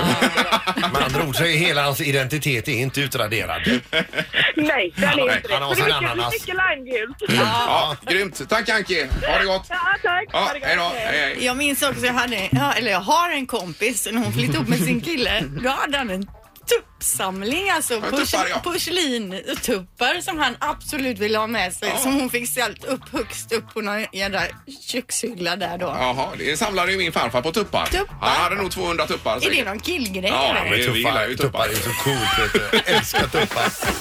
Speaker 3: Med andra ord så är hela hans identitet är inte utraderad.
Speaker 10: Nej, den
Speaker 1: Nej,
Speaker 10: är inte rätt.
Speaker 3: han har
Speaker 10: Så det
Speaker 3: sin
Speaker 10: är mycket, det är
Speaker 3: ananas.
Speaker 10: mycket limegult.
Speaker 1: Ja, grymt. Tack Anki. Ha det gott.
Speaker 10: Ja, tack.
Speaker 1: Ja,
Speaker 10: Ha det gott.
Speaker 1: hej då. Hej, hej.
Speaker 2: Jag minns också, jag hade, ja, eller jag har en kompis, när hon flyttade upp med sin kille, då hade han en tuppsamling, alltså
Speaker 1: Ja, tuppar, ja.
Speaker 2: pors- porslintuppar som han absolut ville ha med sig,
Speaker 1: Ja.
Speaker 2: som hon fick ställt upp högst upp på någon jädra kökshylla där då.
Speaker 1: Jaha, det samlade ju min farfar på tuppar.
Speaker 2: Tuppar?
Speaker 1: Han hade nog 200 tuppar
Speaker 2: Är det
Speaker 1: säkert.
Speaker 2: någon killgrej
Speaker 1: Ja,
Speaker 2: eller?
Speaker 1: men- Vi gillar ju
Speaker 3: tuppar
Speaker 1: tuppar.
Speaker 3: är så coolt. Vet du. Jag Älskar tuppar.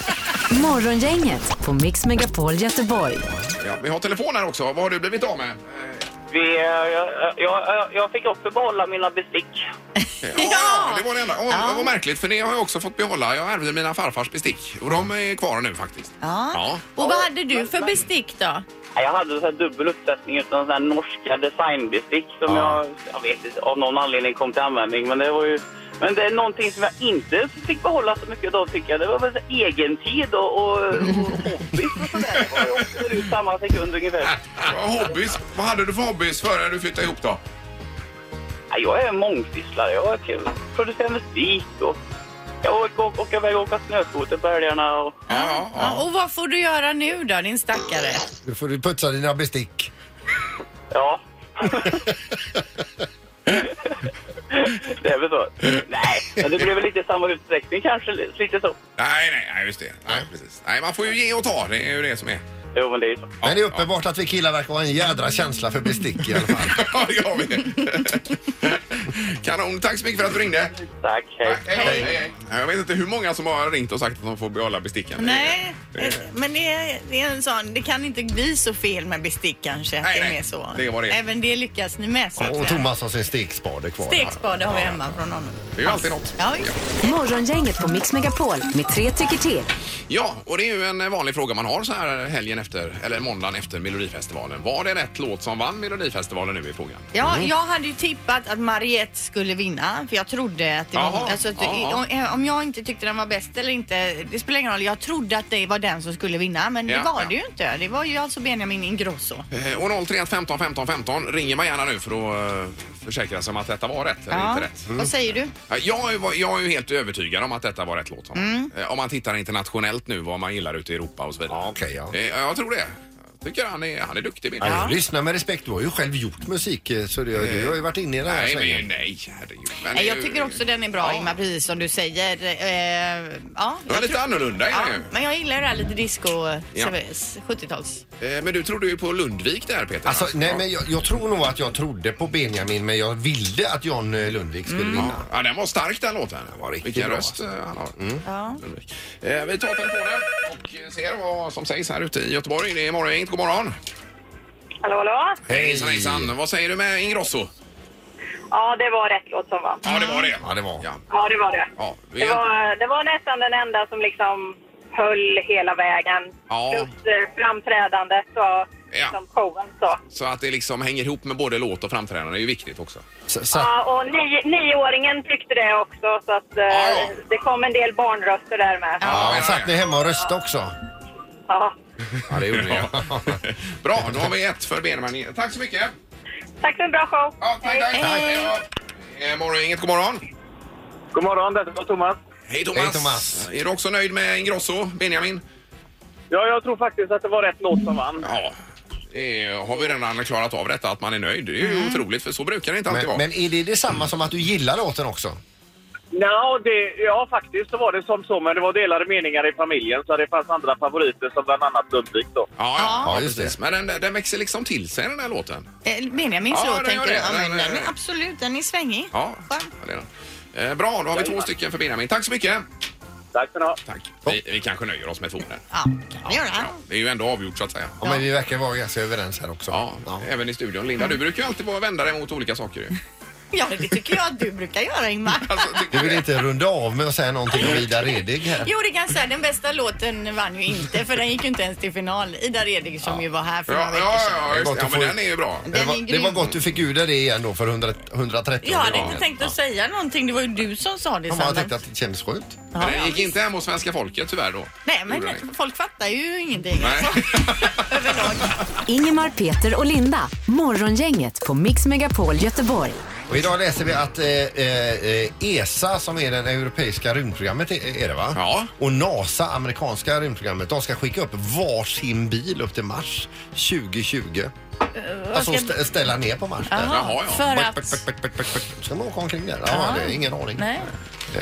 Speaker 5: Morgongänget på Mix Megapol Göteborg.
Speaker 1: Ja, vi har telefon här också. Vad har du blivit av med? Eh,
Speaker 10: Vi, jag, jag, jag fick också behålla mina bestick.
Speaker 1: Ja, det var det enda. Och, Det var märkligt för det har jag också fått behålla. Jag ärvde mina farfars bestick och de är kvar nu faktiskt.
Speaker 2: Ja.
Speaker 1: Ja.
Speaker 2: Och vad hade du för bestick då?
Speaker 10: Jag hade så här dubbel uppsättning utan så här norska designbestick som
Speaker 1: Ja.
Speaker 10: jag, jag vet inte, av någon anledning kom till användning. Men det var ju... Men det är någonting som jag inte fick behålla så mycket av tycker jag. Det var väl så här egen tid och, och, och hobbys och sådär. Det var ju också ut samma sekund ungefär.
Speaker 1: Vad Hobbys. Vad hade du för hobbys före du flyttade ihop då?
Speaker 10: Ja, Jag är mångsysslare. Jag kan producera musik och jag åker, åker iväg och åker snöskoter på helgerna. Och...
Speaker 1: Ja,
Speaker 2: Ja, och vad får du göra nu då din stackare?
Speaker 3: Nu får du putsa dina bestick.
Speaker 10: Ja. det är väl så. Nej, men det blev väl lite i samma utsträckning kanske. Lite så.
Speaker 1: Nej, nej, nej, just det. Nej, precis. Nej, man får ju ge och ta. Det är ju det som är.
Speaker 10: Jo, men det är ju så.
Speaker 3: Men det är uppenbart att vi killar verkar ha en jädra känsla för bestick i alla fall.
Speaker 1: Ja, det har vi. Kanon. Tack så mycket för att du ringde.
Speaker 10: Tack, hej.
Speaker 1: Hej, hej, hej. Jag vet inte hur många som har ringt och sagt att de får behålla besticken.
Speaker 2: Nej, eh, men det är, det är en sån, det kan inte bli så fel med bestick kanske. att
Speaker 1: Nej,
Speaker 2: det är
Speaker 1: nej.
Speaker 2: mer så.
Speaker 1: Det var det.
Speaker 2: Även det lyckas ni med så att
Speaker 3: Och
Speaker 2: säga.
Speaker 3: Thomas har sin stekspade kvar.
Speaker 2: Stekspade har vi hemma från honom.
Speaker 1: Det är ju alltid något.
Speaker 2: Ja, visst.
Speaker 5: Morgongänget på Mix Megapol med tre tycker till.
Speaker 1: Ja, och det är ju en vanlig fråga man har så här helgen efter, eller måndagen efter Melodifestivalen. Var det rätt låt som vann Melodifestivalen nu i frågan?
Speaker 2: Ja, jag hade ju tippat att Mariette skulle vinna för jag trodde att det var...
Speaker 1: Jaha,
Speaker 2: Alltså att,
Speaker 1: ja,
Speaker 2: om, om jag inte tyckte den var bäst eller inte, det spelar ingen roll. Jag trodde att det var den som skulle vinna men
Speaker 1: Ja,
Speaker 2: det var
Speaker 1: ja.
Speaker 2: det ju inte. Det var ju alltså Benjamin Ingrosso.
Speaker 1: Eh, Och 031 15 15 15 ringer man gärna nu för att eh, försäkra sig om att detta var rätt eller
Speaker 2: Ja. Mm.
Speaker 1: inte rätt. Mm.
Speaker 2: Vad säger du?
Speaker 1: Ja, Jag är, var- jag är ju helt övertygad om att detta var rätt låt som
Speaker 2: Mm.
Speaker 1: vann. Eh, Om man tittar internationellt nu vad man gillar ute i Europa och så vidare.
Speaker 3: Ja, okej, ja.
Speaker 1: Eh, Jag tror det. Jag tycker han är, han är duktig. Benjamin.
Speaker 3: Ja. Lyssna med respekt, du har ju själv gjort musik eh, så du, du har ju varit inne i det här
Speaker 1: Nej,
Speaker 3: svängen.
Speaker 1: men, nej, herregud.
Speaker 2: Nej,
Speaker 1: Men det är
Speaker 2: jag
Speaker 1: ju-
Speaker 2: tycker också den är bra Ingmar, precis som du säger. Eh, ja,
Speaker 1: Det var
Speaker 2: jag
Speaker 1: lite
Speaker 2: tror-
Speaker 1: annorlunda är
Speaker 2: Ja,
Speaker 1: det ju.
Speaker 2: men jag gillar det här lite disco,
Speaker 1: Ja.
Speaker 2: ja. 70-tals.
Speaker 1: Eh, Men du trodde ju på Lundvik där Peter.
Speaker 3: Alltså, nej,
Speaker 1: Ja.
Speaker 3: men jag, jag tror nog att jag trodde på Benjamin men jag ville att John eh, Lundvik skulle
Speaker 10: Mm.
Speaker 3: vinna.
Speaker 1: Ja, den var stark den låten. Den
Speaker 3: var riktigt
Speaker 1: Vilken
Speaker 3: bra,
Speaker 1: röst eh, han har. Lundvik. Eh, Vi tar telefonen och eh, ser vad som sägs här ute i Göteborg. Det är morgongänget. God morgon!
Speaker 10: Hallå, hallå?
Speaker 1: Hejsan hejsan! Vad säger du med Ingrosso?
Speaker 10: Ja, det var rätt låt som vann.
Speaker 1: Ja, det var det.
Speaker 3: Ja, det var.
Speaker 1: Ja.
Speaker 10: Ja, det var det.
Speaker 1: Ja, vi-
Speaker 10: Det, var, det var nästan den enda som liksom höll hela vägen.
Speaker 1: Ja.
Speaker 10: Plus eh, framträdandet och liksom showen. Så.
Speaker 1: Så att det liksom hänger ihop med både låt och framträdande är ju viktigt också.
Speaker 3: Så, så,
Speaker 10: Ja, och nio, nioåringen tyckte det också, så att eh,
Speaker 1: Ja, ja.
Speaker 10: det kom en del barnröster där med.
Speaker 1: Ja,
Speaker 3: ja, satt ni hemma och röstade också?
Speaker 10: Ja.
Speaker 3: Ja, det gjorde ni.
Speaker 1: Ja.
Speaker 3: ja.
Speaker 1: Bra, då har vi ett för Benjamin. Tack så mycket!
Speaker 10: Tack för en bra show!
Speaker 1: Ja, tack, tack! tack. Eh, Morgongänget, god morgon!
Speaker 10: God morgon, detta var Thomas.
Speaker 1: Hej Thomas.
Speaker 3: Hej, Thomas.
Speaker 1: Är du också nöjd med Ingrosso, Benjamin?
Speaker 10: Ja, jag tror faktiskt att det var rätt låt som vann.
Speaker 1: Ja. Det är- har vi redan klarat av detta, att man är nöjd. Det är ju otroligt, för så brukar det inte alltid
Speaker 3: Mm. Men,
Speaker 1: vara.
Speaker 3: men är det detsamma som att du gillar låten också?
Speaker 9: No, det, ja, faktiskt så var det som så, men det var delade meningar i familjen så det fanns andra favoriter som bland annat Lundvik då.
Speaker 1: Ja, ja,
Speaker 3: Ja,
Speaker 1: ja,
Speaker 3: just det.
Speaker 1: precis. Men den, där- den växer liksom till sig, den här låten.
Speaker 2: Eh, Benjamins
Speaker 1: Ja,
Speaker 2: låt
Speaker 1: den gör
Speaker 2: tänker du?
Speaker 1: det.
Speaker 2: Ja, men
Speaker 1: Den,
Speaker 2: den
Speaker 1: eh,
Speaker 2: är absolut, den är svängig.
Speaker 1: Ja,
Speaker 2: Skön.
Speaker 1: det är den. Eh, bra, då har vi två stycken för Benjamin. Tack så mycket!
Speaker 9: Tack för att
Speaker 1: Tack. Vi, vi kanske nöjer oss med två där.
Speaker 2: Ja, kan vi göra.
Speaker 1: Det är ju ändå avgjort så att säga.
Speaker 3: Ja, men vi verkar vara ganska överens här också.
Speaker 1: Ja, även i studion. Linda, du brukar ju alltid vara vändare mot olika saker ju.
Speaker 2: Ja, det tycker jag att du brukar göra Ingmar.
Speaker 1: Alltså, tycker
Speaker 3: Du vill inte runda av med att säga någonting om Ida Redig här?
Speaker 2: Jo, det kan jag säga. Den bästa låten vann ju inte för den gick ju inte ens till final. Ida Redig som ju var här för några
Speaker 1: Ja,
Speaker 2: veckor
Speaker 1: ja,
Speaker 2: sedan.
Speaker 1: ja, just, det. ja, men
Speaker 3: Gott att få-
Speaker 1: den är ju bra.
Speaker 2: Den
Speaker 3: Det
Speaker 2: är
Speaker 3: var, det
Speaker 2: grym.
Speaker 3: var gott du fick ur dig det igen då för 100, 130
Speaker 4: Jag hade
Speaker 1: Ja.
Speaker 4: inte tänkt att säga någonting. Det var ju du som sa det.
Speaker 3: Ja, man
Speaker 4: Sandra.
Speaker 3: tänkte att det kändes skönt.
Speaker 1: Men den gick inte hem hos svenska folket tyvärr då.
Speaker 2: Nej, men
Speaker 1: Gjorde den
Speaker 2: det-
Speaker 1: inte.
Speaker 2: folk fattar ju ingenting.
Speaker 1: Nej.
Speaker 2: Alltså. Överlag.
Speaker 5: Ingemar, Peter och Linda. Morgongänget på Mix Megapol Göteborg.
Speaker 3: Och idag läser vi att eh, eh, eh, ESA som är den europeiska rymdprogrammet eh, är är det va?
Speaker 1: Ja.
Speaker 3: Och NASA, amerikanska rymdprogrammet, de ska skicka upp varsin bil upp till Mars 2020.
Speaker 2: Eh,
Speaker 3: Alltså stä- ställa ner på Mars. där.
Speaker 1: Jaha, ja.
Speaker 4: För
Speaker 3: Back, back,
Speaker 4: att...
Speaker 3: back, back, back, back, back. Ska man åka omkring där? Ja, det är ingen aning.
Speaker 4: Nej.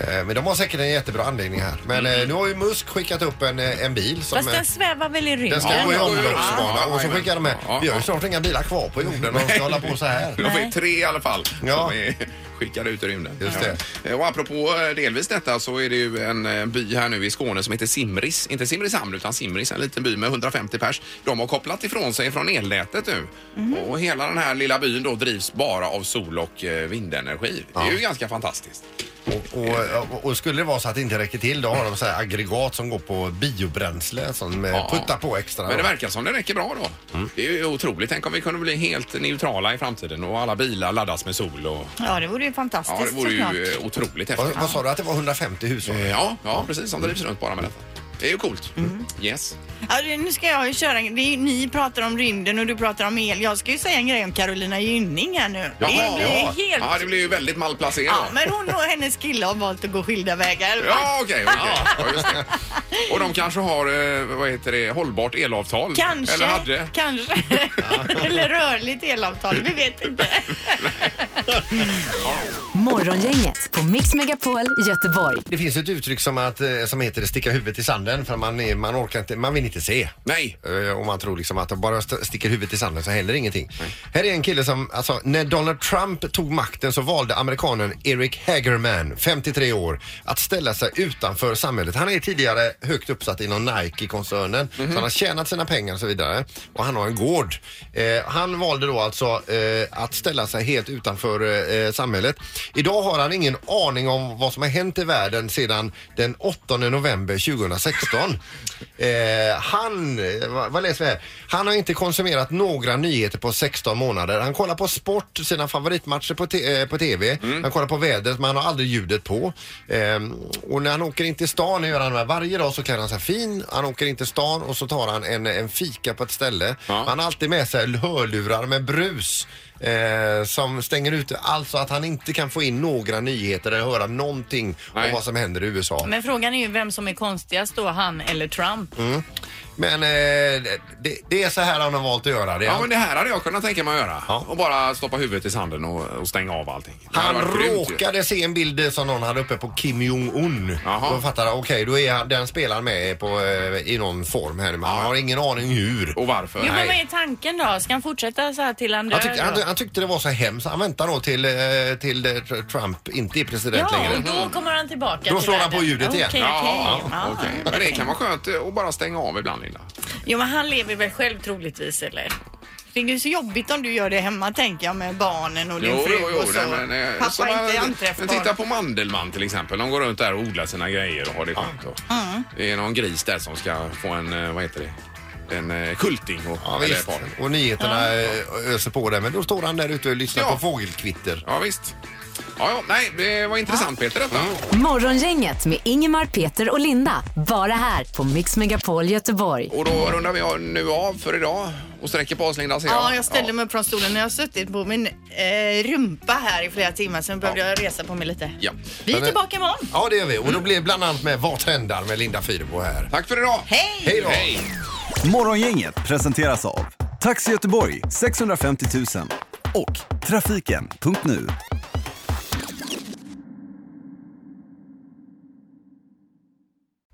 Speaker 3: Eh, Men de har säkert en jättebra anläggning här. Men eh, nu har ju Musk skickat upp en, eh, en bil som...
Speaker 4: Fast
Speaker 3: eh,
Speaker 4: den svävar väl i
Speaker 3: den ska
Speaker 4: rymden?
Speaker 3: gå i
Speaker 1: Ja, ja, ja.
Speaker 3: omloppsbana och så
Speaker 1: Ja, ja,
Speaker 3: skickar de med.
Speaker 1: ja,
Speaker 3: Vi har ju
Speaker 1: ja.
Speaker 3: snart inga bilar kvar på jorden och ska hålla på så här.
Speaker 1: De är tre i alla fall
Speaker 3: Ja.
Speaker 1: som är skickade ut i rymden.
Speaker 3: Just det.
Speaker 1: Ja. Och apropå eh, delvis detta så är det ju en eh, by här nu i Skåne som heter Simris. Inte Simrishamn utan Simris, en liten by med 150 pers. De har kopplat ifrån sig från elnätet nu.
Speaker 2: Mhm.
Speaker 1: Och hela den här lilla byn då drivs bara av sol och eh, vindenergi. Det är ju ganska fantastiskt.
Speaker 3: Och, och, och skulle det vara så att det inte räcker till då har de så här aggregat som går på biobränsle som eh,
Speaker 1: Ja.
Speaker 3: puttar på extra.
Speaker 1: Men det verkar som det räcker bra då.
Speaker 3: Mm.
Speaker 1: Det är ju otroligt. Tänk om vi kunde bli helt neutrala i framtiden och alla bilar laddas med sol. Och...
Speaker 2: Ja, det vore ju fantastiskt
Speaker 1: Ja, det vore
Speaker 2: såklart.
Speaker 1: ju eh, otroligt
Speaker 3: vad,
Speaker 1: häftigt.
Speaker 3: vad sa du att det var 150 hushåll?
Speaker 1: Ja, ja precis. Som drivs runt bara med detta. Det är ju coolt. Yes.
Speaker 2: Ja, Mm. det- nu ska jag ju köra. Det är, ju- ni pratar om rymden och du pratar om el. Jag ska ju säga en grej om Carolina Gynning här nu.
Speaker 1: Jaha,
Speaker 2: det blir
Speaker 1: ja.
Speaker 2: helt...
Speaker 1: Ja, det blir ju väldigt malplacerat.
Speaker 2: Ja, men hon och hennes kille har valt att gå skilda vägar.
Speaker 1: Ja, okej. okej. Ja, just det. Och de kanske har, eh, vad heter det, hållbart elavtal?
Speaker 2: Kanske.
Speaker 1: Eller hade?
Speaker 2: Kanske. Eller rörligt elavtal. Vi vet inte.
Speaker 5: Morgongänget på Mix Megapol Göteborg.
Speaker 3: Det finns ett uttryck som, att, eh, som heter sticka huvudet i sanden för man, är, man orkar inte, man vill inte se.
Speaker 1: Nej.
Speaker 3: Eh, Om man tror liksom att om bara jag st- sticker huvudet i sanden så händer ingenting. Här är en kille som, alltså när Donald Trump tog makten så valde amerikanen Eric Hagerman, 53 år, att ställa sig utanför samhället. Han är tidigare högt uppsatt inom Nike-koncernen, så han har tjänat sina pengar och så vidare. Och han har en gård. Eh, han valde då alltså eh, att ställa sig helt utanför eh, samhället. Idag har han ingen aning om vad som har hänt i världen sedan den 8 november 2016. Eh, han, eh, vad, vad läser vi här? Han har inte konsumerat några nyheter på 16 månader. Han kollar på sport, sina favoritmatcher på, te- eh, på TV.
Speaker 1: Mm.
Speaker 3: Han kollar på vädret men han har aldrig ljudet på. Ehm, och när han åker in till stan, det gör han med varje dag, så klär han sig fin. Han åker in till stan och så tar han en, en fika på ett ställe.
Speaker 1: Ja.
Speaker 3: Han har alltid med sig hörlurar med brus. Eh, som stänger ute, alltså att han inte kan få in några nyheter eller höra någonting om
Speaker 1: Nej.
Speaker 3: vad som händer i USA.
Speaker 4: Men frågan är ju vem som är konstigast då, han eller Trump?
Speaker 1: Mm.
Speaker 3: Men eh, det, det är så här han har valt att göra. Det är
Speaker 1: Ja,
Speaker 3: han-
Speaker 1: men det här hade jag kunnat tänka mig att göra.
Speaker 3: Ja.
Speaker 1: Och bara stoppa huvudet i sanden och, och stänga av allting. Det hade
Speaker 3: Han
Speaker 1: varit grymt ju.
Speaker 3: råkade se en bild som någon hade uppe på Kim Jong-Un.
Speaker 1: Jaha.
Speaker 3: Då fattade jag, okej, då är han, den spelaren med på, eh, i någon form här. Men han har ingen aning hur.
Speaker 1: Och varför?
Speaker 4: Jo, men
Speaker 1: Nej.
Speaker 4: vad är tanken då? Ska han fortsätta så här till han dör?
Speaker 3: Han tyckte,
Speaker 4: då?
Speaker 3: han, han tyckte det var så hemskt. Han väntar då till, eh, till eh, Tr- Trump inte är president
Speaker 4: Ja, och
Speaker 3: längre.
Speaker 1: Mm.
Speaker 4: då kommer han tillbaka
Speaker 3: Då
Speaker 4: till
Speaker 3: slår han
Speaker 4: världen.
Speaker 3: på ljudet igen.
Speaker 4: Okej,
Speaker 1: Ja,
Speaker 4: okej. Ja.
Speaker 1: okej. Men det kan vara skönt eh, att bara stänga av ibland, Linda.
Speaker 4: Jo, men han lever väl själv troligtvis, eller?
Speaker 2: Det är ju så jobbigt om du gör det hemma tänker jag med barnen och din fru och så.
Speaker 1: nej, men, eh,
Speaker 2: Pappa
Speaker 1: som
Speaker 2: är inte
Speaker 1: man- men Titta
Speaker 2: anträffbar.
Speaker 1: på Mandelmann till exempel. De går runt där och odlar sina grejer och har det skönt. Och Det är någon gris där som ska få en, eh, vad heter det, en eh, kulting. Och,
Speaker 3: Ja,
Speaker 1: eller
Speaker 3: visst.
Speaker 1: par.
Speaker 3: Och nyheterna eh, öser på det. Men då står han där ute och lyssnar
Speaker 1: Ja.
Speaker 3: på fågelkvitter.
Speaker 1: Ja, visst. Ja, ja, nej, det var intressant Peter detta.
Speaker 5: Morgongänget med Ingemar, Peter och Linda. Bara här på Mix Megapol Göteborg.
Speaker 1: Och då rundar vi av- nu av för idag och sträcker på oss Linda ser
Speaker 2: Ja, jag ställde mig upp från stolen. Jag har suttit på min eh, rumpa här i flera timmar sen behövde jag resa på mig lite.
Speaker 1: Ja.
Speaker 2: Vi är tillbaka imorgon.
Speaker 3: Ja, det gör vi. Och då blir det bland annat med Vad trendar med Linda Fyrebo här.
Speaker 1: Tack för idag.
Speaker 2: Hej!
Speaker 3: Hej då!
Speaker 1: Hej.
Speaker 11: Morgongänget presenteras av Taxi Göteborg 650 000 och trafiken.nu.